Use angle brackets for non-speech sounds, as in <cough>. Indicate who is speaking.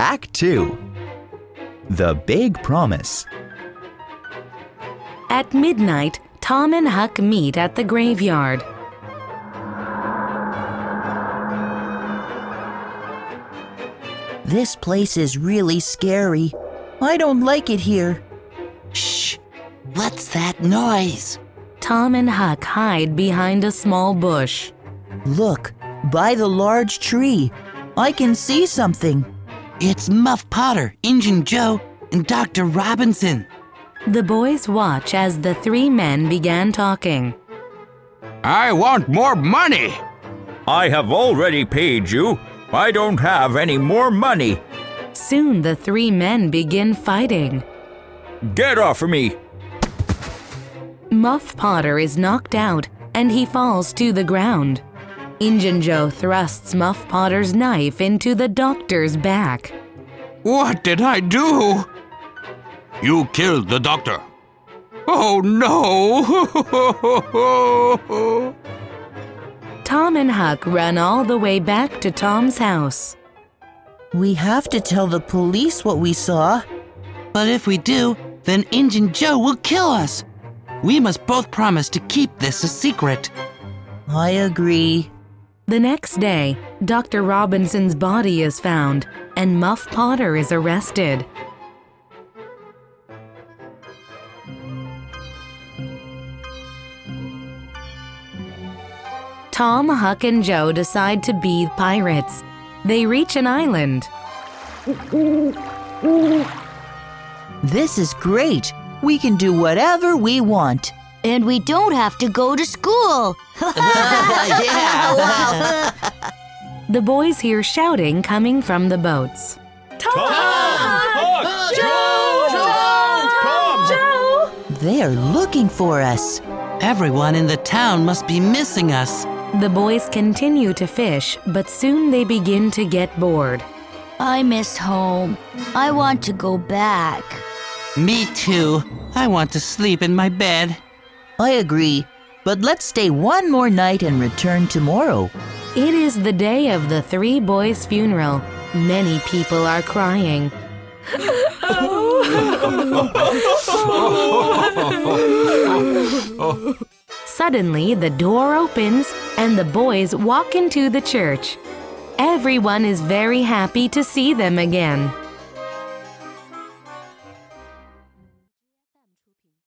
Speaker 1: Act 2 The Big Promise.
Speaker 2: At midnight, Tom and Huck meet at the graveyard.
Speaker 3: This place is really scary. I don't like it here.
Speaker 4: Shh! What's that noise?
Speaker 2: Tom and Huck hide behind a small bush.
Speaker 3: Look, by the large tree, I can see something.
Speaker 4: It's Muff Potter, Injun Joe, and Dr. Robinson.
Speaker 2: The boys watch as the three men began talking.
Speaker 5: I want more money. I have already paid you. I don't have any more money.
Speaker 2: Soon the three men begin fighting.
Speaker 5: Get off of me.
Speaker 2: Muff Potter is knocked out and he falls to the ground. Injun Joe thrusts Muff Potter's knife into the doctor's back.
Speaker 5: What did I do? You killed the doctor. Oh no!
Speaker 2: Tom and Huck run all the way back to Tom's house.
Speaker 3: We have to tell the police what we saw.
Speaker 4: But if we do, then Injun Joe will kill us. We must both promise to keep this a secret.
Speaker 3: I agree.
Speaker 2: The next day, Dr. Robinson's body is found and Muff Potter is arrested. Tom, Huck, and Joe decide to be pirates. They reach an island.
Speaker 3: This is great. We can do whatever we want.
Speaker 4: <laughs>
Speaker 6: And we don't have to go to school.
Speaker 4: yeah!
Speaker 2: The boys hear shouting coming from the boats.
Speaker 3: They are looking for us.
Speaker 4: Everyone in the town must be missing us.
Speaker 2: The boys continue to fish, but soon they begin to get bored.
Speaker 6: I miss home. I want to go back.
Speaker 4: Me too. I want to sleep in my bed.
Speaker 3: I agree. But let's stay one more night and return tomorrow.
Speaker 2: It is the day of the three boys' funeral. Many people are crying. Suddenly, the door opens and the boys walk into the church. Everyone is very happy to see them again.